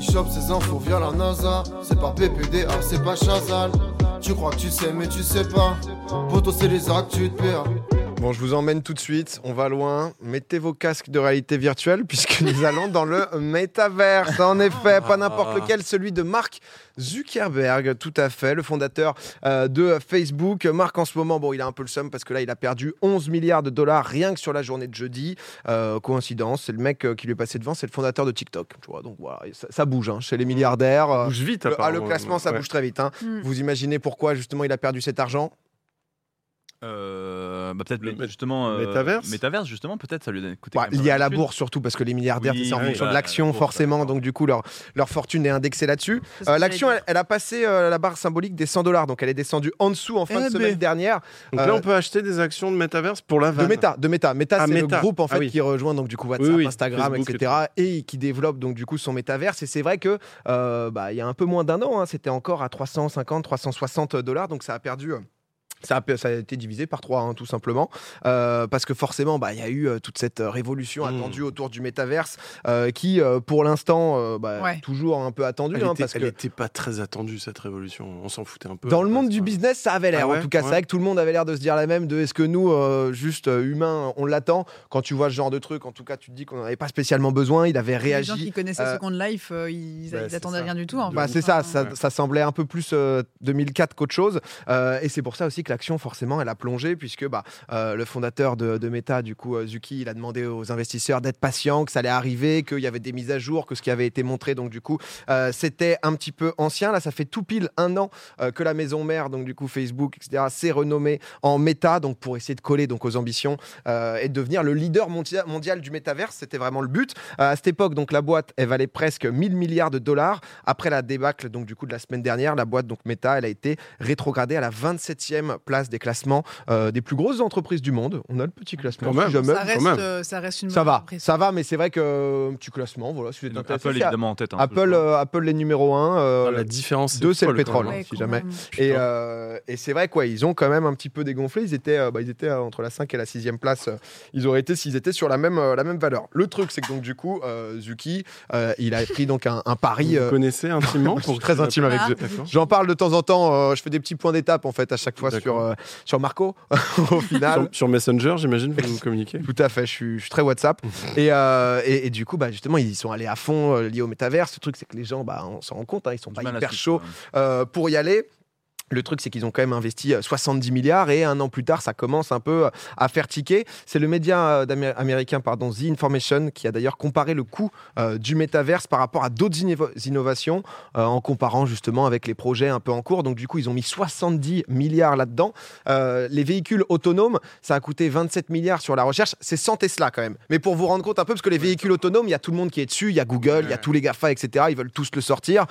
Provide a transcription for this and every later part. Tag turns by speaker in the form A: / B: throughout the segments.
A: chope ces infos via la NASA. C'est pas PPDA, c'est pas Chazal. Tu crois que tu sais, mais tu sais pas. Poto, c'est les actes, tu te perds.
B: Bon, je vous emmène tout de suite, on va loin. Mettez vos casques de réalité virtuelle puisque nous allons dans le métaverse. En effet, pas
C: Ah.
B: n'importe lequel, celui de Mark Zuckerberg, tout à fait, le fondateur euh, de Facebook. Mark, en ce moment, bon, il a un peu le seum parce que là, il a perdu 11 milliards de dollars rien que sur la journée de jeudi. Euh, coïncidence, c'est le mec euh, qui lui est passé devant, c'est le fondateur de TikTok. Tu vois, donc voilà, ça, ça bouge hein, chez les milliardaires.
C: Ça
B: Euh,
C: bouge vite,
B: le, ah, le
C: apparemment.
B: classement, ça
C: Ouais.
B: bouge très vite. hein.
D: Mm.
B: Vous imaginez pourquoi justement il a perdu cet argent
E: Euh, bah peut-être
C: Le
E: mais
C: mé-
E: justement euh,
C: métaverse
E: métaverse, justement peut-être ça lui a coûté
B: Bah,
E: quand même
B: lié à la
E: d'habitude.
B: bourse surtout parce que les milliardaires
E: Oui,
B: c'est en
E: oui,
B: fonction
E: bah,
B: de l'action
E: la bourse,
B: forcément
E: d'accord.
B: donc du coup leur, leur fortune est indexée là-dessus
D: C'est
B: Euh,
D: ce que j'allais
B: l'action
D: dire.
B: elle, elle a passé euh, la barre symbolique des 100 dollars donc elle est descendue en dessous en fin
C: Eh
B: de semaine
C: ben.
B: dernière
C: Donc
B: Euh,
C: là, on peut acheter des actions de Metaverse pour la
B: de
C: vanne.
B: Meta de Meta Meta
C: Ah,
B: c'est le
C: Meta.
B: groupe en fait
C: Ah oui.
B: qui rejoint donc du coup WhatsApp
C: Oui, oui,
B: Instagram
C: Facebook et
B: etc et qui développe donc du coup son métaverse et c'est vrai que euh, bah, il y a un peu moins d'un an hein, c'était encore à 350 360 dollars donc ça a perdu euh, ça a, pe- ça a été divisé par trois, hein, tout simplement, Euh, parce que forcément, bah, il y a eu euh, toute cette euh, révolution
C: Mm.
B: attendue autour du métaverse, euh, qui, euh, pour l'instant, euh, bah,
D: Ouais.
B: toujours un peu attendue,
C: Elle
B: hein,
C: était-
B: parce
C: elle
B: que
C: était pas très attendue cette révolution. On s'en foutait un peu. hein,
B: dans le monde du business, ça avait l'air.
C: Ah ouais,
B: en tout cas, c'est
C: ouais.
B: vrai que tout le monde avait l'air de se dire la même de est-ce que nous, euh, juste euh, humains, on l'attend Quand tu vois ce genre de truc, en tout cas, tu te dis qu'on n'en avait pas spécialement besoin. Il avait
D: Les gens
B: réagi.
D: qui connaissaient
B: euh,
D: Second Life, euh, ils,
C: bah,
D: ils
C: c'est
D: attendaient
C: ça.
D: rien du tout. en
B: Bah,
D: fait.
B: c'est ça,
D: Enfin,
B: ça, ça semblait un peu plus euh, 2004 qu'autre chose. Euh, et c'est pour ça aussi que l'action, forcément, elle a plongé, puisque bah, euh, le fondateur de, de Meta, du coup, euh, Zuki, il a demandé aux investisseurs d'être patients, que ça allait arriver, qu'il y avait des mises à jour, que ce qui avait été montré, donc du coup, euh, c'était un petit peu ancien. Là, ça fait tout pile un an euh, que la maison mère, donc du coup, Facebook, etc., s'est renommée en Meta, donc pour essayer de coller donc, aux ambitions euh, et de devenir le leader mondia- mondial du métaverse. C'était vraiment le but. Euh, à cette époque, donc, la boîte, elle valait presque 1000 milliards de dollars. Après la débâcle donc du coup de la semaine dernière, la boîte donc Meta, elle a été rétrogradée à la 27e place des classements euh, des plus grosses entreprises du monde. On a le petit classement.
C: Quand
B: si
C: même.
B: jamais.
D: Ça reste,
C: même.
D: euh, ça reste une
B: Ça
D: bonne
B: va,
D: impression.
B: ça va, mais c'est vrai que euh, petit classement, voilà, si vous êtes
E: Donc,
B: intéressé,
E: Apple
B: c'est-
E: évidemment en tête hein,
B: Apple,
E: toujours.
B: euh, Apple, les numéros euh, 1.
C: la différence.
B: deux, c'est le
C: folle, quand
B: pétrole. hein.
C: même.
B: si
D: quand
B: jamais.
D: même.
B: Et, euh, et c'est vrai quoi, ils ont quand même un petit peu dégonflé. Ils étaient, euh, bah, ils étaient euh, entre la 5 et la 6e place. euh, Ils auraient été s'ils étaient sur la même, euh, la même valeur. Le truc, c'est que donc du coup, euh, Zuki, euh, il a pris donc un, un pari.
C: Vous
B: euh,
C: connaissez intimement
B: je suis très intime avec
D: Ah.
B: Zuki.
C: D'accord.
B: J'en parle de temps en temps. euh, je fais des petits points d'étape en fait à chaque fois sur,
C: D'accord.
B: euh, sur Marco. au final,
C: Sur, sur Messenger, j'imagine, vous vous communiquez.
B: tout à fait, je suis, je suis très WhatsApp. et, euh, et, et du coup, bah, justement, ils y sont allés à fond euh, liés au métavers. Le truc, c'est que les gens, bah, on s'en rend compte, hein, ils sont
E: Du
B: pas
E: mal à
B: hyper
E: suivre,
B: chauds
E: quand même.
B: euh, pour y aller. Le truc, c'est qu'ils ont quand même investi euh, 70 milliards et un an plus tard, ça commence un peu euh, à faire tiquer. C'est le média euh, d'Amé- américain, pardon, The Information, qui a d'ailleurs comparé le coût euh, du métaverse par rapport à d'autres innovo- innovations euh, en comparant justement avec les projets un peu en cours. Donc, du coup, ils ont mis 70 milliards là-dedans. Euh, les véhicules autonomes, ça a coûté 27 milliards sur la recherche. C'est sans Tesla quand même. Mais pour vous rendre compte un peu, parce que les véhicules autonomes, il y a tout le monde qui est dessus, il y a Google, il y a tous les GAFA, etc. Ils veulent tous le sortir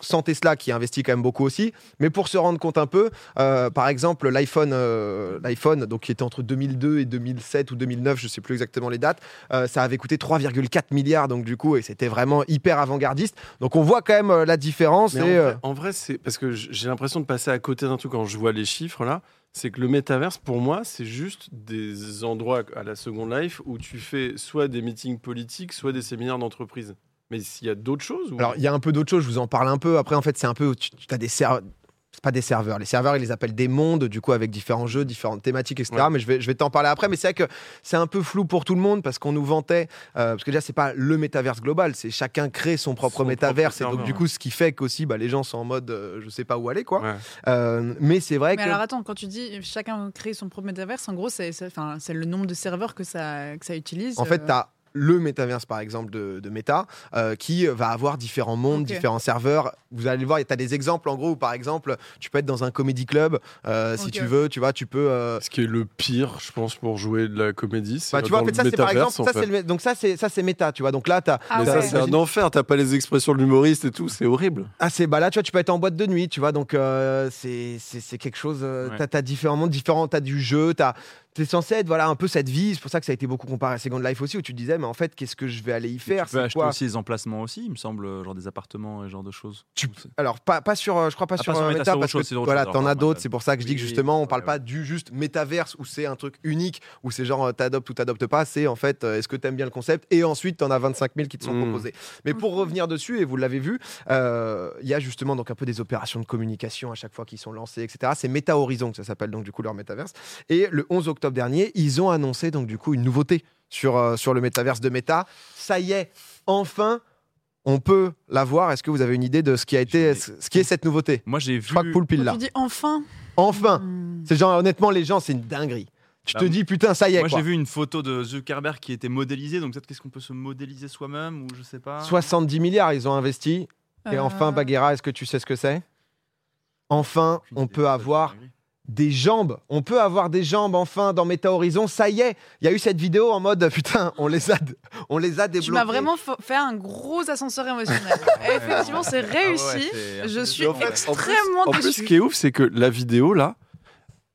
B: sans Tesla qui investit quand même beaucoup aussi. Mais pour se rendre compte un peu, euh, par exemple, l'iPhone, euh, l'iPhone, donc qui était entre 2002 et 2007 ou 2009, je sais plus exactement les dates, euh, ça avait coûté 3,4 milliards. Donc du coup, et c'était vraiment hyper avant-gardiste. Donc on voit quand même euh, la différence.
C: Mais
B: et,
C: en, vrai,
B: euh,
C: en vrai, c'est parce que j- j'ai l'impression de passer à côté d'un truc quand je vois les chiffres là. C'est que le métaverse, pour moi, c'est juste des endroits à la Second Life où tu fais soit des meetings politiques, soit des séminaires d'entreprise. Mais s'il y a d'autres choses ou...
B: Alors, il y a un peu d'autres choses, je vous en parle un peu. Après, en fait, c'est un peu. Tu, tu as des serveurs. C'est pas des serveurs. Les serveurs, ils les appellent des mondes, du coup, avec différents jeux, différentes thématiques, etc.
C: Ouais.
B: Mais je vais, je vais t'en parler après. Mais c'est vrai que c'est un peu flou pour tout le monde parce qu'on nous vantait. euh, parce que déjà, c'est pas le métaverse global, c'est chacun crée son propre
C: Son
B: métaverse.
C: propre
B: et donc,
C: serveur,
B: du
C: ouais.
B: coup, ce qui fait qu'aussi, bah, les gens sont en mode euh, je sais pas où aller, quoi.
C: Ouais.
B: Euh, mais c'est vrai
D: Mais
B: que.
D: alors attends, quand tu dis chacun crée son propre métaverse, en gros, c'est c'est- enfin, c'est le nombre de serveurs que ça, que ça utilise.
B: En fait,
D: euh,
B: tu as le métaverse, par exemple, de, de Meta, euh, qui va avoir différents mondes,
D: Ok.
B: différents serveurs. Vous allez le voir, tu as des exemples, en gros, où, par exemple, tu peux être dans un comedy club, euh, si
D: Ok.
B: tu veux, tu vois, tu peux... euh,
C: Ce qui est le pire, je pense, pour jouer de la comédie, c'est
B: bah, tu vois, en
C: dans
B: fait, ça,
C: le
B: c'est par exemple...
C: métaverse, en
B: Ça,
C: fait.
B: c'est le mé- donc ça, c'est ça, c'est Meta, tu vois. Donc là, tu as...
D: Ah
C: Mais ça,
D: ouais.
C: c'est un enfer. T'as pas les expressions de l'humoriste et tout. C'est horrible.
B: Ah, c'est... Bah là, tu vois, tu peux être en boîte de nuit, tu vois. Donc, euh, c'est, c'est, c'est quelque chose...
E: Ouais.
B: Tu as, différents mondes, différents... Tu as du jeu, tu as... c'est censé être voilà, un peu cette vie. C'est pour ça que ça a été beaucoup comparé à Second Life aussi, où tu te disais, mais en fait, qu'est-ce que je vais aller y faire
E: tu peux
B: C'est
E: acheter
B: quoi
E: aussi les emplacements aussi, il me semble, euh, genre des appartements et ce genre de choses.
B: Tu-
E: Ou c'est-
B: Alors, pas, pas sur, euh, je crois pas sur,
E: Ah, pas sur
B: euh,
E: Meta,
B: Meta,
E: sur autre
B: parce
E: chose,
B: que
E: c'est autre
B: voilà,
E: chose,
B: t'en
E: alors,
B: as
E: ouais,
B: d'autres.
E: ouais.
B: C'est pour ça que je dis que
E: Oui, oui,
B: justement, on parle
E: ouais,
B: pas
E: ouais.
B: du juste métaverse où c'est un truc unique, où c'est genre euh, t'adoptes ou t'adoptes pas. C'est en fait, euh, est-ce que t'aimes bien le concept Et ensuite, t'en as 25 000 qui te sont
E: Hmm.
C: Mm.
B: proposés. Mais pour revenir dessus, et vous l'avez vu, euh, il y a justement donc un peu des opérations de communication à chaque fois qui sont lancées, etc. C'est Meta Horizon que ça s'appelle donc du coup leur métaverse. Et le 11 octobre dernier, ils ont annoncé donc du coup une nouveauté sur, euh, sur le métaverse de Meta. Ça y est, enfin, on peut la voir. Est-ce que vous avez une idée de ce qui a été, ce ce qui est cette nouveauté
E: Moi j'ai
B: Je
E: vu.
B: crois que Poulpil
D: Quand
B: là.
D: tu dis enfin.
B: Enfin,
D: hmm,
B: c'est genre honnêtement les gens, c'est une dinguerie. Tu
E: Bah,
B: te dis putain, ça y est
E: Moi
B: quoi.
E: j'ai vu une photo de Zuckerberg qui était modélisée, donc peut-être qu'est-ce qu'on peut se modéliser soi-même ou je sais pas.
B: 70 milliards ils ont investi. Et
D: euh,
B: enfin, Bagheera, est-ce que tu sais ce que c'est Enfin, on peut avoir des jambes. On peut avoir des jambes enfin dans Meta Horizon. Ça y est, il y a eu cette vidéo en mode putain, on les a, on les a débloqués.
D: Tu m'as vraiment fa- fait un gros ascenseur émotionnel. Effectivement, c'est
E: Ah
D: réussi. Je suis
C: En fait, en plus-
D: extrêmement
C: En plus, ce
D: déçue.
C: qui est ouf, c'est que la vidéo, là,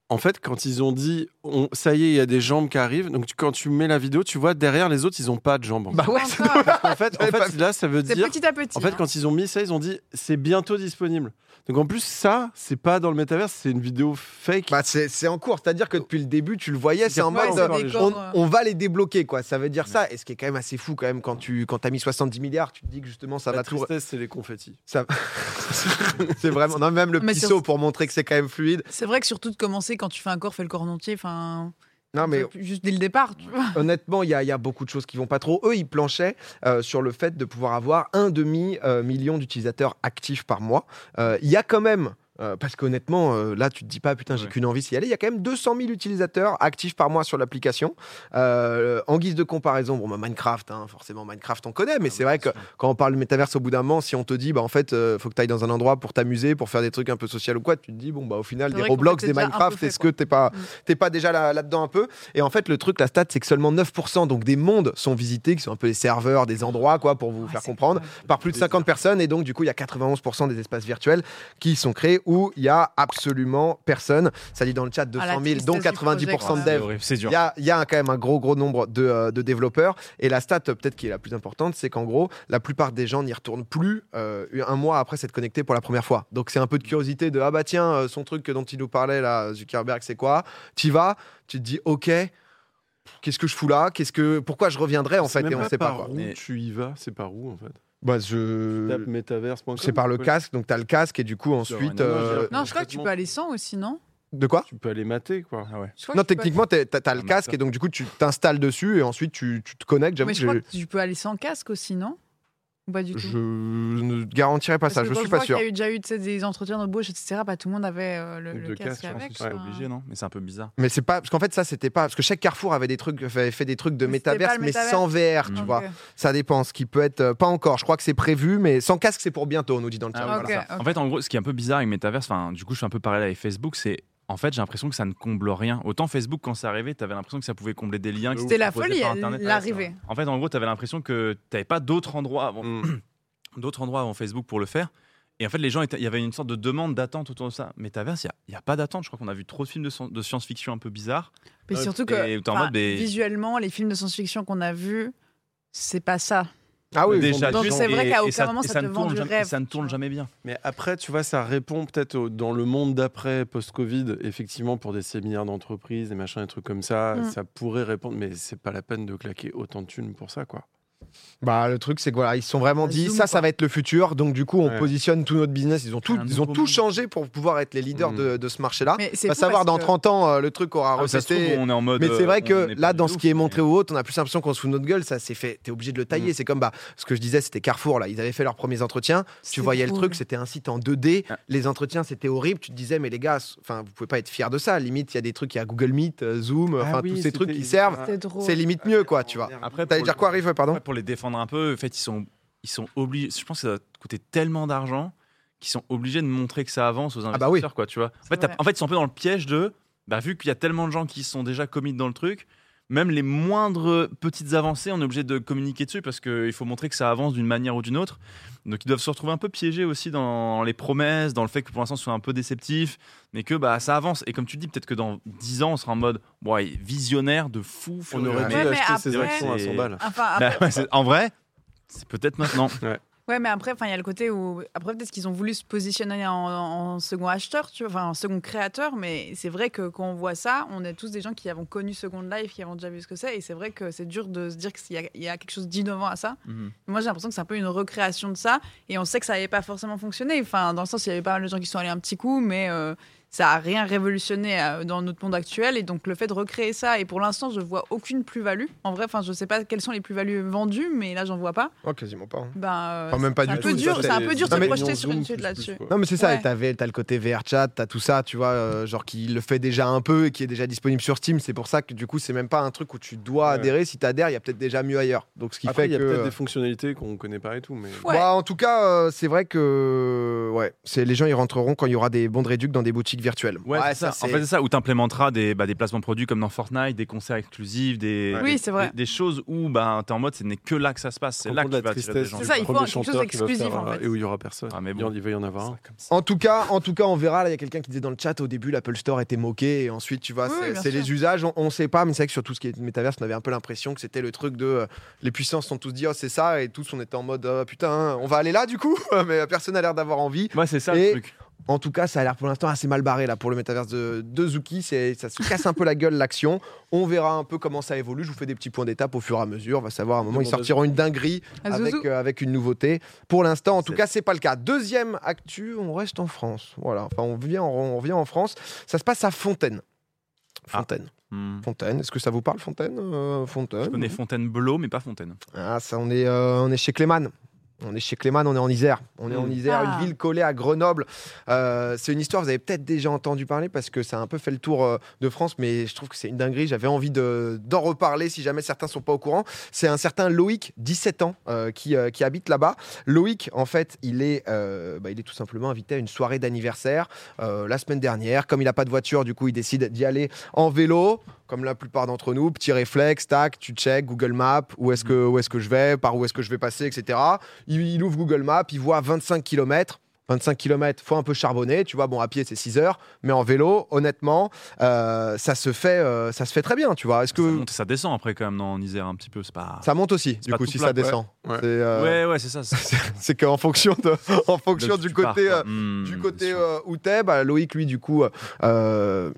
C: en fait, quand ils ont dit on, ça y est, il y a des jambes qui arrivent, donc tu- quand tu mets la vidéo, tu vois derrière les autres, ils ont pas de jambes.
B: Bah ouais,
D: Encore.
B: c'est dommage.
C: en fait, en
B: j'avais pas
C: fait là, ça veut
D: C'est
C: dire.
D: petit à petit.
C: En fait,
D: hein.
C: quand ils ont mis ça, ils ont dit c'est bientôt disponible. Donc en plus, ça, c'est pas dans le métaverse, c'est une vidéo fake.
B: Bah, c'est c'est en cours, c'est-à-dire que depuis le début, tu le voyais, c'est en
C: Ouais,
B: mode
C: c'est
B: euh,
C: dans les
B: on,
D: jambes, ouais.
B: on va les débloquer, quoi. Ça veut dire ça, et ce qui est quand même assez fou, quand même, quand tu quand as mis 70 milliards, tu te dis que justement ça
C: la
B: va tout.
C: tristesse, c'est les confettis.
B: c'est vraiment. Non, même le
D: Mais
B: petit
D: sur-
B: saut pour montrer que c'est quand même fluide.
D: C'est vrai que surtout de commencer quand tu fais un corps, fais le corps en entier. Enfin,
B: Non, mais
D: juste dès le départ. Tu vois.
B: Honnêtement, il y, a- il y a beaucoup de choses qui vont pas trop. Eux, ils planchaient euh, sur le fait de pouvoir avoir un demi euh, million d'utilisateurs actifs par mois. Euh, Il y a quand même. euh, parce qu'honnêtement, euh, là, tu te dis pas, putain, j'ai
E: Ouais.
B: qu'une envie, c'est y aller. Il y a quand même 200 000 utilisateurs actifs par mois sur l'application. Euh, en guise de comparaison, bon, bah, Minecraft, hein, forcément, Minecraft, on connaît,
E: Ah,
B: mais c'est vrai que quand on parle de métaverse, au bout d'un moment, si on te dit, bah, en fait, euh, faut que tu ailles dans un endroit pour t'amuser, pour faire des trucs un peu social ou quoi, tu te dis, bon, bah, au final,
D: C'est
B: des
D: vrai qu'on
B: Roblox,
D: peut
B: des
D: déjà un peu
B: Minecraft,
D: fait,
B: est-ce que
D: quoi.
B: t'es pas,
D: Mm.
B: t'es pas déjà là- là-dedans un peu Et en fait, le truc, la stat, c'est que seulement 9% donc des mondes sont visités, qui sont un peu des serveurs, des endroits, quoi, pour vous
D: Ouais,
B: faire
D: c'est-
B: comprendre, par plus de 50 personnes. Et donc, du coup, il y a 91% des espaces virtuels qui sont créés où il y a absolument personne. Ça dit dans le chat 200 000,
D: Ah, tristesse
B: donc
D: du
B: 90% de
D: projet,
B: devs.
E: C'est dur.
B: Il y a, il y a quand même un gros, gros nombre de, euh, de développeurs. Et la stat, euh, peut-être qui est la plus importante, c'est qu'en gros, la plupart des gens n'y retournent plus euh, un mois après s'être connectés pour la première fois. Donc c'est un peu de curiosité de ah bah tiens, euh, son truc dont il nous parlait là, Zuckerberg, c'est quoi T'y vas, tu te dis ok, qu'est-ce que je fous là Qu'est-ce que pourquoi je reviendrai en
C: C'est
B: fait
C: même
B: Et on
C: pas
B: sait pas.
C: par
B: quoi.
C: où
E: Mais-
C: tu y vas, c'est par où en fait
B: Bah
C: Tu tapes
B: je
C: metaverse.com,
B: c'est par le
C: ouais.
B: casque, donc t'as le casque et du coup ensuite
E: un
B: euh,
C: image.
D: Non, je crois que tu peux aller sans aussi, non
B: de quoi
C: Tu peux aller mater quoi.
E: Ah ouais.
D: Je crois
B: Non
D: que tu peux-
B: techniquement t'es- t'as t'as le
E: Ah, mais
B: casque
E: ça-
B: et donc du coup tu t'installes dessus et ensuite tu, tu te connectes. J'avoue
D: Mais
B: que
D: je crois
B: j'ai-
D: que tu peux aller sans casque aussi, non Ou pas du tout
B: Je ne garantirais pas
D: Parce
B: ça,
D: que
B: je
D: quand
B: suis pas
D: vois
B: sûr.
D: qu'il y a eu déjà eu tu sais, des entretiens d'embauche, etc. Bah, tout le monde avait euh, le, le
C: De
D: casque,
C: casque,
D: avec.
C: je pense que c'est
D: enfin.
E: Obligé, non Mais c'est un peu bizarre.
B: Mais c'est pas parce qu'en fait ça c'était pas parce que chaque Carrefour avait des trucs avait fait des trucs de
D: Mais c'était pas
B: métaverse
D: le
B: mais
D: métaverse.
B: sans VR, tu
D: Ok.
B: vois. Ça dépend ce qui peut être euh, pas encore, je crois que c'est prévu mais sans casque c'est pour bientôt, on nous dit dans le chat.
E: Ah,
D: Ok,
B: voilà.
D: ok.
E: En fait, en gros, ce qui est un peu bizarre avec Metaverse, enfin, du coup, je suis un peu parallèle avec Facebook, c'est en fait, j'ai l'impression que ça ne comble rien. Autant Facebook, quand c'est arrivé, t'avais l'impression que ça pouvait combler des liens. qui
D: C'était
E: se
D: la
E: proposaient
D: folie,
E: par
D: elle-
E: Internet. Ouais,
D: l'arrivée.
E: c'est vrai. En fait, en gros, t'avais l'impression que t'avais pas d'autres endroits, avant-
B: Mm.
E: d'autres endroits avant Facebook pour le faire. Et en fait, les gens, étaient- il y avait une sorte de demande d'attente autour de ça. Metaverse, il n'y a, pas d'attente. Je crois qu'on a vu trop de films de, sen- de science-fiction un peu bizarres.
B: Ah
D: Mais
C: Ouais,
B: Euh,
D: surtout que
E: et t'es en
D: enfin,
E: mode, mais-
D: visuellement, les films de science-fiction qu'on a vus, c'est pas ça.
B: Ah oui,
E: Déjà,
D: Donc,
E: tu-
D: c'est vrai
E: et-
D: qu'à
E: et
D: aucun moment,
E: et
D: ça
E: ne
D: te
E: tourne
D: vend du
E: jamais-
D: rêve,
E: Ça ne
D: tu
E: tourne
D: vois.
E: jamais bien.
C: Mais après, tu vois, ça répond peut-être au- dans le monde d'après, post-Covid, effectivement, pour des séminaires d'entreprise, des machins, des trucs comme ça,
D: Mm.
C: ça pourrait répondre, mais c'est pas la peine de claquer autant de thunes pour ça, quoi.
B: bah le truc c'est que voilà, ils se sont vraiment
D: Un
B: dit
D: Bah, zoom,
B: ça ça
D: quoi.
B: va être le futur donc du coup on
C: Ouais.
B: positionne tout notre business, ils ont tout
E: Un
B: ils ont
E: nouveau
B: tout
E: monde.
B: changé pour pouvoir être les leaders
C: Mm.
B: de, de ce marché-là.
D: Mais c'est
B: Va
D: fou
B: Ah, savoir
D: parce
B: dans
D: que-
B: 30 ans euh, le truc aura
E: Ah, ça se
B: recetté.
E: trouve, on est en mode.
B: Mais c'est
E: euh,
B: vrai
E: on
B: que
E: n'est pas
B: là,
E: des
B: dans ce
E: ouf,
B: qui est
E: mais-
B: montré ou autre, on a plus l'impression qu'on se fout de notre gueule. Ça, c'est fait. T'es obligé de le tailler.
C: Mm.
B: C'est comme bah, ce que je disais, c'était Carrefour. Là, ils avaient fait leurs premiers entretiens. Tu
D: C'est
B: voyais le
D: drôle.
B: truc, c'était un site en 2D.
E: Ah.
B: Les entretiens, c'était horrible. Tu te disais, mais les gars, c- enfin, vous pouvez pas être fiers de ça. Limite, il y a des trucs, il y a Google Meet, euh, Zoom, enfin, tous ces trucs qui servent.
D: Ah C'était drôle.
B: Ah, C'est limite mieux, quoi, tu vois.
E: Après,
B: T'allais
E: pour
B: dire
E: le-
B: quoi, Riff Ouais, Pardon
E: Après, pour les défendre un peu, en fait, ils sont, ils sont obligés. Je pense que ça doit coûter tellement d'argent qu'ils sont obligés de montrer que ça avance
C: Ah
E: aux investisseurs,
B: bah oui.
E: quoi, tu vois. En
D: C'est
E: fait, t'as-
D: vrai.
E: en fait, ils sont un peu dans le piège de, bah, vu qu'il y a tellement de gens qui se sont déjà commis dans le truc, même les moindres petites avancées, on est obligé de communiquer dessus parce qu'il faut montrer que ça avance d'une manière ou d'une autre. Donc ils doivent se retrouver un peu piégés aussi dans les promesses, dans le fait que pour l'instant ce soit un peu déceptif, mais que bah, ça avance. Et comme tu dis, peut-être que dans 10 ans, on sera en mode ouais, visionnaire de fou.
C: On
E: furieux,
C: aurait dû
E: mais-
D: Ouais, mais
C: acheter ses
E: après-
C: actions à 100 balles.
D: Enfin, après-
E: Bah, ouais, c'est- en vrai, c'est peut-être maintenant.
D: Ouais, mais après, enfin, il y a le côté où après peut-être qu'ils ont voulu se positionner en, en second acheteur, tu vois, enfin en second créateur, mais c'est vrai que quand on voit ça, on est tous des gens qui avons connu Second Life, qui avons déjà vu ce que c'est, et c'est vrai que c'est dur de se dire qu'il y, a- il y a quelque chose d'innovant à ça.
E: Mhm.
D: Moi, j'ai l'impression que c'est un peu une recréation de ça, et on sait que ça n'avait pas forcément fonctionné. Enfin, dans le sens, il y avait pas mal de gens qui sont allés un petit coup, mais euh, ça a rien révolutionné euh, dans notre monde actuel, et donc le fait de recréer ça, et pour l'instant, je vois aucune plus-value. En vrai, enfin, je sais pas quelles sont les plus-values vendues, mais là, j'en vois pas.
B: Oh, quasiment pas. hein.
D: Ben, euh,
B: Enfin, même pas
D: c'est
B: du
D: un peu
B: tout,
D: dur,
B: ça,
D: c'est un peu dur de
B: Non,
D: se
B: mais-
D: projeter sur une suite là-dessus.
B: Non, mais c'est ça.
D: Ouais.
B: et T'avais, t'as le côté VR chat, t'as tout ça, tu vois, euh, genre qui le fait déjà un peu et qui est déjà disponible sur Steam. C'est pour ça que du coup, c'est même pas un truc où tu dois
C: Ouais.
B: adhérer. Si t'adhères, il y a peut-être déjà mieux ailleurs. Donc ce qui
C: Après,
B: fait
C: il y a
B: que.
C: peut-être des fonctionnalités qu'on connaît pas et tout, mais
D: Ouais.
B: Bah, en tout cas, euh, c'est vrai que ouais, c'est les gens ils rentreront quand il y aura des bons de réduc dans des boutiques virtuelles.
E: Ouais, c'est ça. En fait, c'est ça où tu implémenteras des, bah, des placements produits comme dans Fortnite, des concerts exclusifs, des,
D: Oui, c'est vrai.
E: des, des choses où bah, tu es en mode ce n'est que là que ça se passe, c'est là que
C: Rencontre
E: tu
C: de
E: vas
C: la
E: attirer des
C: tristesse.
E: gens.
D: C'est ça, il
C: du
D: faut
C: premier
D: quelque chose
C: chanteur qui va
D: d'exclusif,
C: faire,
D: en
C: euh,
D: fait.
C: Et où il y aura personne.
E: Ah, mais
C: Il y
E: bon.
C: en- Il va y en avoir un.
B: En tout cas, en tout cas, on verra. Là, il y a quelqu'un qui disait dans le chat au début, l'Apple Store était moqué et ensuite, tu vois,
D: Oui,
B: c'est-
D: bien
B: c'est
D: sûr.
B: les usages. On, on sait pas, mais c'est vrai que sur tout ce qui est métaverse, on avait un peu l'impression que c'était le truc de euh, les puissances sont tous dit oh c'est ça et tous on était en mode Ah, putain, on va aller là du coup, mais personne a l'air d'avoir envie.
E: Ouais, c'est ça
B: Et-
E: le truc.
B: En tout cas, ça a l'air pour l'instant assez mal barré là pour le métaverse de, de Zuki. C'est- Ça se casse un peu la gueule l'action. On verra un peu comment ça évolue. Je vous fais des petits points d'étape au fur et à mesure. On va savoir à un moment ils
C: Demande à
B: sortiront une dinguerie
D: À
B: avec,
D: Ah, Zouzou.
B: euh, avec une nouveauté. Pour l'instant, en tout
E: C'est-
B: cas, c'est pas le cas. Deuxième actu, on reste en France. Voilà. Enfin, on vient en, on revient en France. Ça se passe à Fontaine.
E: Ah.
B: Fontaine.
E: Hmm.
B: Fontaine. Est-ce que ça vous parle Fontaine Euh, Fontaine.
E: Je connais Fontainebleau, mais pas Fontaine.
B: Ah, ça, on est, euh, on est chez Cléman. On est chez Cléman, on est en Isère. On est en
C: Mm.
B: Isère,
D: Ah.
B: une ville collée à Grenoble. Euh, c'est une histoire, vous avez peut-être déjà entendu parler parce que ça a un peu fait le tour euh, de France, mais je trouve que c'est une dinguerie. J'avais envie de- d'en reparler si jamais certains sont pas au courant. C'est un certain Loïc, 17 ans, euh, qui, euh, qui habite là-bas. Loïc, en fait, il est, euh, bah, il est tout simplement invité à une soirée d'anniversaire euh, la semaine dernière. Comme il n'a pas de voiture, du coup, il décide d'y aller en vélo comme la plupart d'entre nous, petit réflexe, tac, tu check Google Maps, où est-ce que, où est que je vais, par où est-ce que je vais passer, etc. Il, il ouvre Google Maps, il voit 25 km. 25 km, faut un peu charbonner, tu vois, bon, à pied c'est 6 heures, mais en vélo, honnêtement, euh, ça, se fait, euh, ça se fait très bien, tu vois. Est-ce
E: Ça,
B: que
E: monte et ça descend après quand même non, en Isère un petit peu. C'est pas.
B: ça monte aussi, du
E: pas
B: coup,
E: tout
B: si
E: plat,
B: ça descend
C: ouais. Ouais.
B: C'est euh,
E: Ouais, ouais, c'est ça. c'est-
B: c'est qu'en fonction, de, en fonction
E: Donc,
B: du
E: tu pars,
B: côté,
E: quoi.
B: euh,
E: Hmm,
B: du
E: bien
B: côté
E: sûr.
B: euh, où t'es, bah, Loïc, lui, du coup, euh,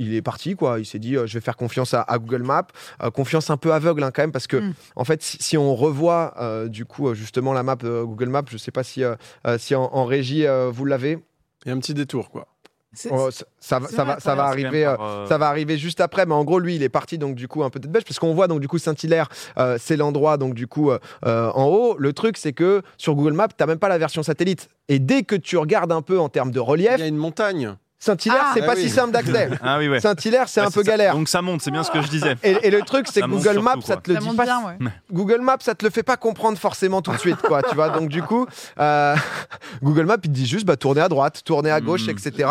B: il est parti, quoi. Il s'est dit, euh, je vais faire confiance à, à Google Maps. Euh, confiance un peu aveugle, hein, quand même, parce que,
D: Mm.
B: en fait, si, si on revoit, euh, du coup, euh, justement, la map euh, Google Maps, je sais pas si, euh, euh, si en, en régie, euh, vous l'avez.
C: Et un petit détour, quoi.
D: C'est-
B: Oh, ça, ça va-
D: c'est
B: ça
D: vrai,
B: va, ça va
E: C'est quand même
B: arriver. euh,
E: par, euh,
B: ça va arriver juste après, mais en gros, lui, il est parti donc du coup un peu de bêche, parce qu'on voit donc du coup Saint-Hilaire, euh, c'est l'endroit donc du coup euh, euh, en haut. Le truc, c'est que sur Google Maps, t'as même pas la version satellite. Et dès que tu regardes un peu en termes de
C: Il
B: relief,
C: y a une montagne.
B: Saint-Hilaire,
D: Ah
B: c'est
C: Ah
B: pas
C: oui.
B: si simple d'accès.
E: Ah oui, ouais.
B: Saint-Hilaire, c'est
E: Ouais,
B: un peu
E: ça.
B: galère.
E: Donc ça monte, c'est bien ce que je disais.
B: Et, et le truc, c'est que
E: Ça monte
B: Google Maps,
E: surtout,
B: ça
E: quoi.
B: te le
D: ça
B: dit
D: monte
B: pas.
D: bien, ouais.
B: Google Maps, ça te le fait pas comprendre forcément tout de suite, quoi. tu vois. Donc du coup, euh, Google Maps, il te dit juste, bah tournez à droite, tournez à gauche,
E: Mm.
B: etc.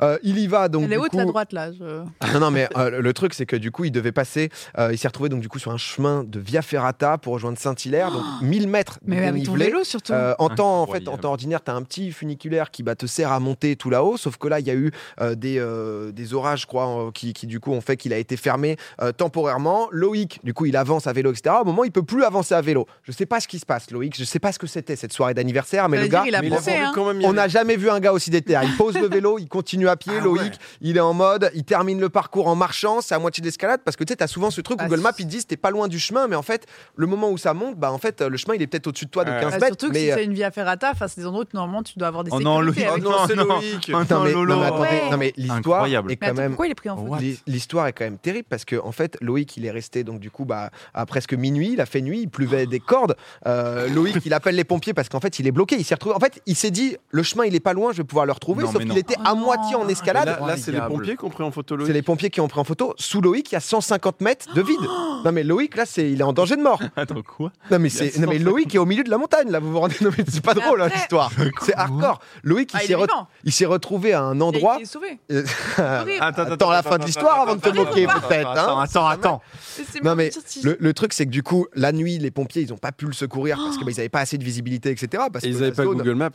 B: Euh, il y va donc.
D: Elle est
B: du
D: haute,
B: coup-
D: la droite, là. je-
B: non, non, mais euh, le- le truc, c'est que du coup, il devait passer. euh, il s'est retrouvé donc du coup sur un chemin de Via Ferrata pour rejoindre Saint-Hilaire, donc 1000 mètres de
D: Mais avec ton
B: dénivelé.
D: vélo, surtout.
B: Euh, en temps, en fait,
E: Incroyable.
B: en temps ordinaire, tu as un petit funiculaire qui bah, te sert à monter tout là-haut. Sauf que là, il y a eu euh, des, euh, des orages, je crois, euh, qui, qui, du coup ont fait qu'il a été fermé euh, temporairement. Loïc, du coup, il avance à vélo, etc. Au moment, il peut plus avancer à vélo. Je sais pas ce qui se passe, Loïc. Je sais pas ce que c'était cette soirée d'anniversaire, mais
D: Ça
B: le
D: veut dire,
B: gars.
D: il a
C: Mais
D: pensé,
C: voulu
D: hein.
C: quand même y
B: On n'a
C: aller.
B: jamais vu un gars aussi déter. Il pose le vélo, il continue à pied,
C: Ah
B: Loïc,
C: ouais.
B: il est en mode, il termine le parcours en marchant, c'est à moitié d'escalade parce que tu sais, t'as souvent ce truc,
D: Ah,
B: Google Maps,
D: si.
B: ils te disent t'es pas loin du chemin, mais en fait, le moment où ça monte, bah en fait, le chemin il est peut-être au-dessus de toi de
C: Ouais.
B: 15
D: Bah,
B: mètres.
D: surtout que
B: mais, euh,
D: si c'est une via ferrata, enfin, hein, c'est des endroits où normalement tu dois avoir des
E: Oh non,
D: sécurités.
E: Loïc,
D: avec-
C: Non,
E: oh Non,
C: c'est
E: non.
C: Loïc.
B: Putain, mais, non, mais attendez,
D: Ouais.
B: non, mais l'histoire
E: Incroyable.
B: est
D: Mais
B: quand
D: attends,
B: même.
D: pourquoi il est pris en photo
E: What
B: l'hi- L'histoire est quand même terrible parce que en fait Loïc il est resté donc du coup bah à presque minuit il a fait nuit il pleuvait des cordes Euh, Loïc il appelle les pompiers parce qu'en fait il est bloqué il s'est retrouvé en fait il s'est dit le chemin il est pas loin je vais pouvoir le retrouver
E: Non,
B: sauf
E: mais
B: qu'il
E: non.
B: était
D: Oh
B: à
D: non.
B: moitié en
C: Mais
B: escalade
C: Là, là, c'est les
E: Incroyable.
C: pompiers qui ont pris en photo Loïc.
B: c'est les pompiers qui ont pris en photo sous Loïc il y a 150 mètres de vide non mais Loïc là c'est il est en danger de mort
E: Attends, quoi
B: non mais
E: Il y a
B: c'est non mais
E: 150.
B: Loïc est au milieu de la montagne là vous vous rendez non mais c'est pas
D: Mais
B: drôle hein,
D: après-
B: l'histoire c'est hardcore Loïc
D: Ah,
B: il
D: il
B: s'est
D: est
B: re-
D: vivant.
B: il s'est retrouvé à un
D: Il a eu
B: droit.
D: été sauvé.
B: Euh,
D: Faut rire.
E: Attends,
B: Attends la fin de l'histoire avant de te
D: attends,
B: moquer,
D: attends,
B: peut-être.
E: Attends,
B: hein.
E: attends, attends.
D: C'est
B: Non,
D: mon
B: mais
D: petit-
B: Le, le truc, c'est que du coup, la nuit, les pompiers, ils n'ont pas pu le secourir parce qu'ils n'avaient pas assez de visibilité, etc. Parce
C: Et
B: que
C: ils
B: la
C: n'avaient pas
B: zone-
C: Google Maps.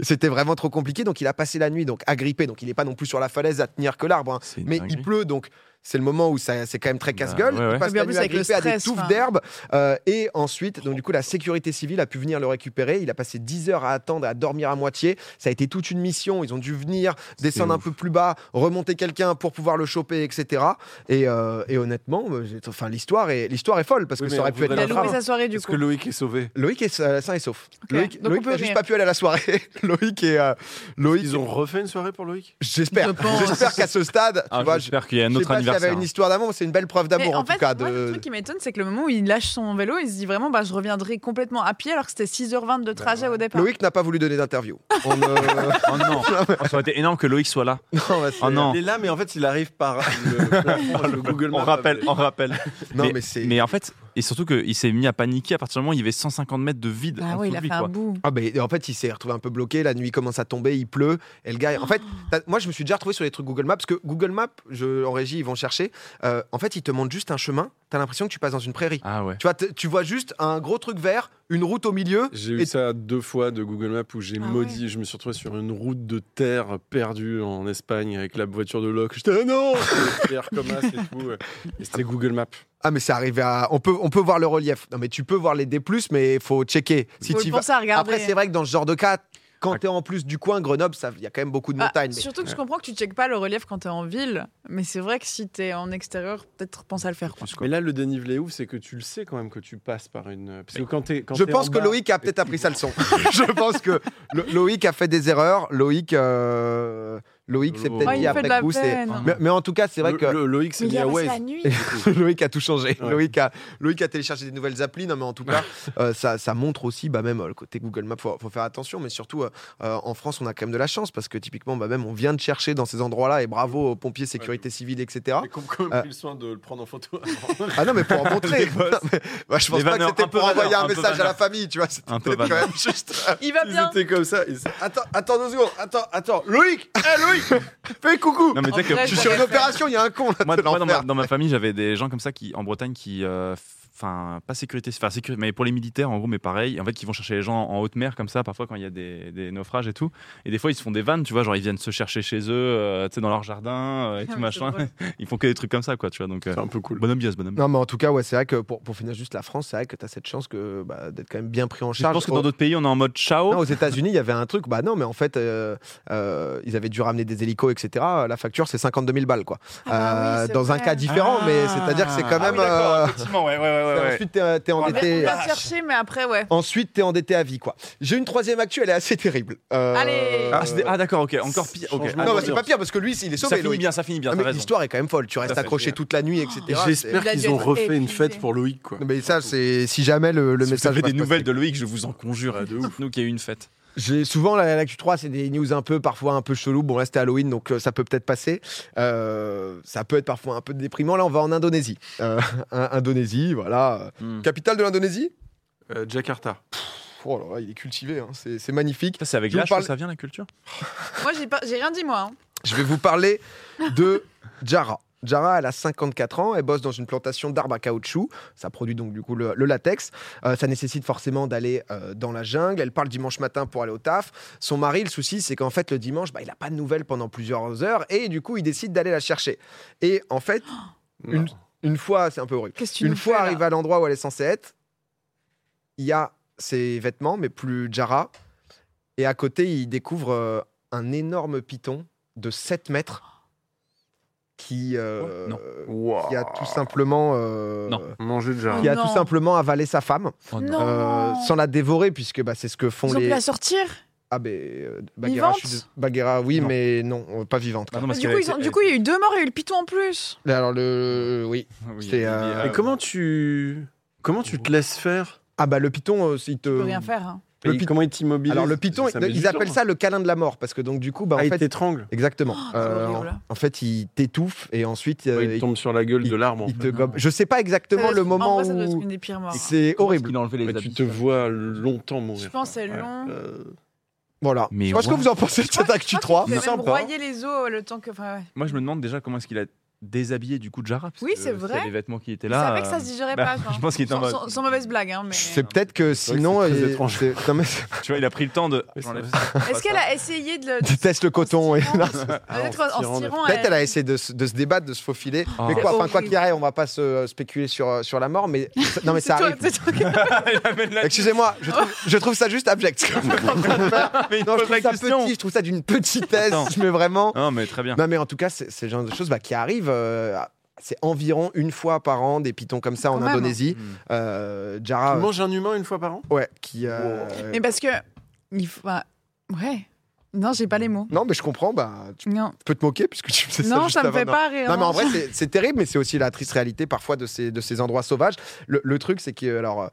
B: C'était vraiment trop compliqué, donc il a passé la nuit donc agrippé, donc il n'est pas non plus sur la falaise à tenir que l'arbre, hein.
E: C'est une
B: mais il
E: dinguerie.
B: pleut donc. C'est le moment où ça- c'est quand même très
E: Bah,
B: casse-gueule.
E: ouais, ouais.
B: Il passe
D: Mais en
B: la
D: plus,
B: nuit
D: avec le
B: agrippé à des
D: stress,
B: touffes
D: enfin.
B: d'herbe. euh, et ensuite, donc du coup, la sécurité civile a pu venir le récupérer. Il a passé 10 heures à attendre, à dormir à moitié. Ça a été toute une mission. Ils ont dû venir, descendre un
E: ouf.
B: peu plus bas, remonter quelqu'un pour pouvoir le choper, etc. Et, euh, et honnêtement, euh, j'ai- enfin, l'histoire est, l'histoire est folle parce
C: Oui,
B: que
C: mais
B: ça aurait
C: on
B: pu être
D: Il
C: voudrait
D: a
B: grave.
D: loupé sa soirée du
C: Est-ce
D: coup.
C: que Loïc est sauvé
B: Loïc est euh, sain et sauf.
D: Ok,
B: Loïc,
D: donc
B: Loïc
D: on peut
B: n'a juste
D: rire.
B: pas pu aller à la soirée. Loïc est. euh, Loïc,
C: Ils ont refait une soirée pour Loïc
B: J'espère.
D: Je pense.
B: J'espère qu'à ce stade, tu
E: Ah,
B: vois, je
E: J'espère qu'il y a un
B: je sais
E: autre
B: pas s'il y avait
E: anniversaire.
B: une histoire d'amour, mais c'est une belle preuve
D: Mais
B: d'amour en,
D: fait,
B: tout cas.
D: moi, le
B: de-
D: truc qui m'étonne, c'est que le moment où il lâche son vélo, il se dit vraiment, bah, je reviendrai complètement à pied alors que c'était 6h20 de trajet au départ.
B: Bah Loïc n'a pas voulu donner d'interview. On, euh,
E: Oh non, ça aurait été énorme que Loïc soit là.
B: non, bah, c'est-
E: Oh non.
C: Il est là, mais en fait, il arrive par le, plafond, le Google Maps.
E: On rappelle, on rappelle.
B: Non, mais, c'est.
E: Mais en fait, et surtout qu'il s'est mis à paniquer à partir du moment où il y avait 150 mètres de vide.
D: Ah
E: en
D: oui,
E: dessous
D: il
E: de
D: a
E: lui,
D: fait un
E: quoi.
D: bout.
B: Ah, mais en fait, il s'est retrouvé un peu bloqué. La nuit commence à tomber, il pleut. Et le gars, en
D: Oh.
B: fait, t'as- moi, je me suis déjà retrouvé sur les trucs Google Maps. Parce que Google Maps, je, en régie, ils vont chercher. Euh, en fait, ils te montrent juste un chemin. T'as l'impression que tu passes dans une prairie.
E: Ah ouais.
B: Tu vois, t- tu vois juste un gros truc vert, une route au milieu.
C: J'ai
B: Et-
C: eu ça deux fois de Google Maps où j'ai
D: Ah
C: maudit. Je me suis retrouvé sur une route de terre perdue en Espagne avec la voiture de Locke. J'étais ah non Pierre comme as et tout. Et c'était Google Maps.
B: Ah, mais c'est arrivé à. On peut, on peut voir le relief. Non, mais tu peux voir les D, mais il faut checker. Si
D: Faut
B: tu
D: le
B: vas.
D: penser à regarder.
B: Après, c'est vrai que dans ce genre de cas, quand
E: Ah.
B: t'es en plus du coin, Grenoble, ça- il y a quand même beaucoup de
D: Bah,
B: montagnes. mais-
D: Surtout que je comprends que tu checkes pas le relief quand t'es en ville, mais c'est vrai que si t'es en extérieur, peut-être pense à le faire. quoi.
E: Plus, quoi.
C: Mais là, le dénivelé ouf, c'est que tu le sais quand même que tu passes par une. euh, Parce que quand t'es. quand
B: Je
C: t'es
B: pense
C: en
B: que
C: bas-
B: Loïc a peut-être appris sa leçon. je pense que Lo- Loïc a fait des erreurs. Loïc, euh, Loïc, c'est
C: Oh,
B: peut-être
D: Ah, il
B: dit
D: me fait de la
B: après coup. c'est-
D: peine.
B: Mais, mais en tout cas, c'est vrai
C: Le-
B: que
C: le- Loïc s'est
D: Mais il
C: mis
D: est
C: à
D: resté la
C: Wave.
D: nuit.
B: Loïc a tout changé.
C: Ouais.
B: Loïc, a, Loïc a téléchargé des nouvelles applis. Non, mais en tout cas, euh, ça, ça montre aussi, bah, même euh, le côté Google Maps, faut, faut faire attention. Mais surtout, euh, euh, en France, on a quand même de la chance parce que typiquement, bah, même on vient de chercher dans ces endroits-là et bravo aux pompiers, sécurité civile, etc.
C: Mais qu'on- qu'on a pris le soin de le prendre en photo. avant.
B: Ah non, mais pour en montrer.
E: bosses.
B: Non, mais- bah, je pense
E: Les
B: pas que
E: vanneurs,
B: c'était
E: un peu
B: pour envoyer
E: vanneurs,
B: un
E: un peu
B: message à la
E: vanneurs.
B: famille, tu vois. C'était
E: Un peu
B: quand
E: vanneurs.
B: même juste. euh,
D: Il va
C: Ils
D: bien.
C: étaient comme ça. ils-
B: Attends, attends deux secondes. Attends, attends. Loïc, hé Loïc, fais coucou.
E: Non, mais tu sais
D: En
E: que
D: vrai,
B: je suis sur une
D: j'aurais fait.
B: opération, il y a un con là.
E: moi,
B: de
E: moi, dans, ma,
B: l'enfer.
E: dans ma famille, j'avais des gens comme ça qui, en Bretagne qui. euh, Enfin, pas sécurité, enfin, sécurité, mais pour les militaires, en gros, mais pareil, en fait, qui vont chercher les gens en haute mer, comme ça, parfois quand il y a des, des naufrages et tout. Et des fois, ils se font des vannes, tu vois, genre, ils viennent se chercher chez eux, euh, tu sais, dans leur jardin euh, et
D: Ah,
E: tout
D: mais c'est
E: machin.
D: drôle.
E: Ils font que des trucs comme ça, quoi, tu vois. Donc, euh,
C: C'est un peu cool.
E: bonhomme bias, bonhomme.
B: Non, mais en tout cas, ouais, c'est vrai que pour, pour finir juste la France, c'est vrai que tu as cette chance que bah, d'être quand même bien pris en
E: Je
B: charge.
E: pense que
B: Au-
E: dans d'autres pays, on est en mode ciao.
B: non, aux États-Unis, il y avait un truc. Bah non, mais en fait, euh, euh, ils avaient dû ramener des hélicos, etc. La facture, c'est 52 000 balles, quoi. Euh,
D: Ah bah oui, c'est
B: dans un
D: vrai.
B: cas différent, mais
D: Ah.
E: Ah.
B: c'est-à-dire que c'est quand même. euh,
E: effectivement, ouais, ouais, ouais.
B: c'est- Ensuite, t'es t'es
D: On va- bah, on
B: endetté.
D: va chercher, mais après, ouais.
B: Ensuite, t'es endetté à vie, quoi. J'ai une troisième actu, elle est assez terrible. Euh,
D: Allez.
E: Ah, c'est des- ah, d'accord, ok, encore pire. ok.
C: Changement
B: Non, bah,
C: d'ambiance.
B: c'est pas pire parce que lui, il est
E: hein. Ça
B: sauvé.
E: finit
B: Loïc.
E: bien, ça finit bien,
B: Ah,
E: t'as
B: mais
E: raison.
B: l'histoire est quand même folle. Tu restes
E: fait, Ah,
B: accroché
E: génial.
B: toute la nuit, etc.
C: Et
B: C'est-
C: J'espère
D: Il a dû
C: qu'ils ont
D: être
C: refait une
D: épuisé.
C: fête pour Loïc. Quoi.
B: Non, Mais ça, c'est si jamais le, le
E: si
B: message.
E: vous avez
B: va
E: des
B: se
E: nouvelles
B: passer.
E: de Loïc, je vous en conjure, dites-nous qu'il y a eu une fête.
B: J'ai souvent la- l'actu 3, c'est des news un peu, parfois un peu chelou. Bon, là, c'était Halloween, donc euh, ça peut peut-être passer. Euh, ça peut être parfois un peu déprimant. Là, on va en Indonésie. Euh, in- Indonésie, voilà.
E: Hmm.
B: Capitale de l'Indonésie
C: Euh, Jakarta.
B: Pff, Oh là là, il est cultivé, hein. c'est c'est magnifique.
E: Ça, c'est avec
B: Je vous
E: l'âge
B: parle-
E: que ça vient, la culture
D: Moi, j'ai pas- j'ai rien dit, moi. hein.
B: Je vais vous parler de Jara. Jara, elle a 54 ans, elle bosse dans une plantation d'arbres à caoutchouc. Ça produit donc du coup le, le latex. Euh, ça nécessite forcément d'aller euh, dans la jungle. Elle part le dimanche matin pour aller au taf. Son mari, le souci, c'est qu'en fait, le dimanche, bah, il n'a pas de nouvelles pendant plusieurs heures et du coup, il décide d'aller la chercher. Et en fait, Une-
C: Non.
B: une fois, c'est un peu horrible,
D: Qu'est-ce que tu
B: une
D: nous
B: fois
D: fais, là
B: arrivée à l'endroit où elle est censée être, il y a ses vêtements, mais plus Jara. Et à côté, il découvre euh, un énorme python de 7 mètres qui, euh,
E: Ouais, non.
B: qui a tout simplement. euh,
E: Non.
C: Manger de
D: Oh
C: Jara.
B: Qui a
D: non.
B: tout simplement avalé sa femme
E: Oh
D: non.
B: euh, sans la dévorer puisque bah, c'est ce que font
D: Ils ont pu
B: les
D: la sortir.
B: ah ben euh, Bagheera,
D: Vivante
B: je suis dés- Bagheera, oui
E: Non.
B: mais non euh, pas vivante
E: Ah non,
D: Mais
E: parce
D: Du
E: qu'elle
D: coup,
E: était-
D: ils ont- du coup, il y a eu deux morts et eu le piton en plus.
B: alors le oui
E: Oui,
B: C'est,
E: oui,
B: euh,
C: Et comment tu. Comment tu te laisses faire
B: ah bah le python euh, il te
D: Tu peux rien faire. hein.
B: Le
C: Et
B: pit-
C: Comment ils t'immobilisent
B: alors le python
C: Parce que ça met
B: ils
C: du temps.
B: appellent ça le câlin de la mort parce que donc du coup bah
C: Ah,
B: en
C: il
B: fait
C: t'étrangle.
B: Exactement.
D: c'est
B: Euh,
D: horrible.
B: en, en fait, il t'étouffe et ensuite euh,
C: Ouais,
B: il,
C: Oh, il tombe sur la gueule
B: il-
C: de l'arbre.
B: il te
E: Non.
B: gobe. Je sais pas
D: Ah, Ça
B: exactement
D: doit
B: le
D: être- En
B: moment
D: vrai, ça doit être
B: où
D: une des pires morts.
B: c'est horrible.
E: Il a enlevé
C: Mais
E: les
C: tu
E: habits.
C: te vois longtemps
D: Je
C: mourir.
D: pense que c'est long.
C: Euh,
B: Voilà.
E: Mais
B: Je pense
E: ouais.
B: que vous en pensez de cette Actu 3.
D: C'est même
C: Sympa.
D: broyer les os le temps que. enfin, ouais.
E: Moi, je me demande déjà comment est-ce qu'il a déshabillé du coup Jara. parce
D: Oui,
E: que
D: c'est
E: s'il y a
D: vrai.
E: Les vêtements qui étaient
D: Il
E: là.
D: savait que ça se
E: euh,
D: digérait
E: bah,
D: pas. enfin.
E: je pense qu'il était en
D: sans,
E: mode-
D: sans- sans mauvaise blague, hein, mais.
B: C'est peut-être que sinon.
C: très
B: il-
C: étrange.
B: c'est- non, mais c'est-
E: Tu vois, il a pris le temps de.
C: Oui, c'est
E: J'enlève
C: vrai.
E: ça.
D: Est-ce qu'elle a essayé de le.
B: déteste le coton. et- non, c'est-
D: Peut-être
C: en se
D: en se tirant.
B: Peut-être elle a essayé de, se- de se débattre, de se faufiler.
E: Ah.
B: Mais quoi, enfin,
D: Horrible.
B: quoi qu'il arrive, on va pas se euh, spéculer sur, euh, sur la mort, mais ça- non mais ça arrive.
E: Il amène la-
B: Excusez-moi, je trouve, je trouve ça juste abject. ce que vous êtes en train de faire.
E: Mais il
B: non, je
E: pose la
B: trouve ça
E: question.
B: petit, je trouve ça d'une petitesse,
E: Attends.
B: mais vraiment.
E: Non, mais très bien.
D: Bah,
B: Non mais en tout cas, c'est c'est le genre de choses bah, qui arrivent. euh, à- c'est environ une fois par an des pitons comme ça en
D: Quand même.
B: Indonésie.
E: Hmm.
B: Euh,
C: Tu
B: Jara, euh,
C: manges un humain une fois par an
B: ouais, qui. euh,
D: Mais parce que. il faut- bah, Ouais. Non, j'ai pas les mots.
B: Non mais je comprends. Bah, tu
D: Non,
B: peux te moquer puisque tu faisais ça.
D: non
B: juste
D: ça me
B: avant,
D: fait
B: non.
D: pas rire.
B: Non, mais en vrai, c'est- c'est terrible, mais c'est aussi la triste réalité parfois de ces, de ces endroits sauvages. Le, le truc, c'est que, alors. euh,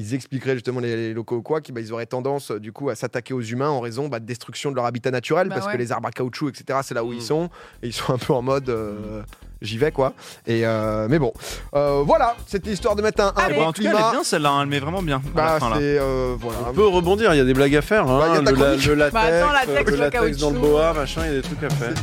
B: Ils expliqueraient justement les, les locaux ou quoi, qu'ils bah, ils auraient tendance euh, du coup à s'attaquer aux humains en raison bah, de destruction de leur habitat naturel,
D: Bah
B: parce
D: ouais.
B: que les arbres à caoutchouc, etc., c'est là où
C: Mm.
B: ils sont, et ils sont un peu en mode euh, j'y vais quoi. Et euh, mais bon, Euh, voilà, c'était histoire de mettre un, un
D: Allez.
B: bon
E: Bon, Bah, en tout cas, elle est
B: climat.
E: bien celle-là, hein, elle met vraiment bien. à
B: Bah,
E: la fin, là.
B: c'est euh, voilà.
C: On peut rebondir, il y a des blagues à faire.
B: Bah, il y
C: Hein,
B: a ta
C: le, la-
B: chronique.
C: le latex,
D: Bah, attends, latex,
C: euh, le
D: le
C: latex dans le
D: caoutchouc.
C: boa, machin, il y a des trucs à faire.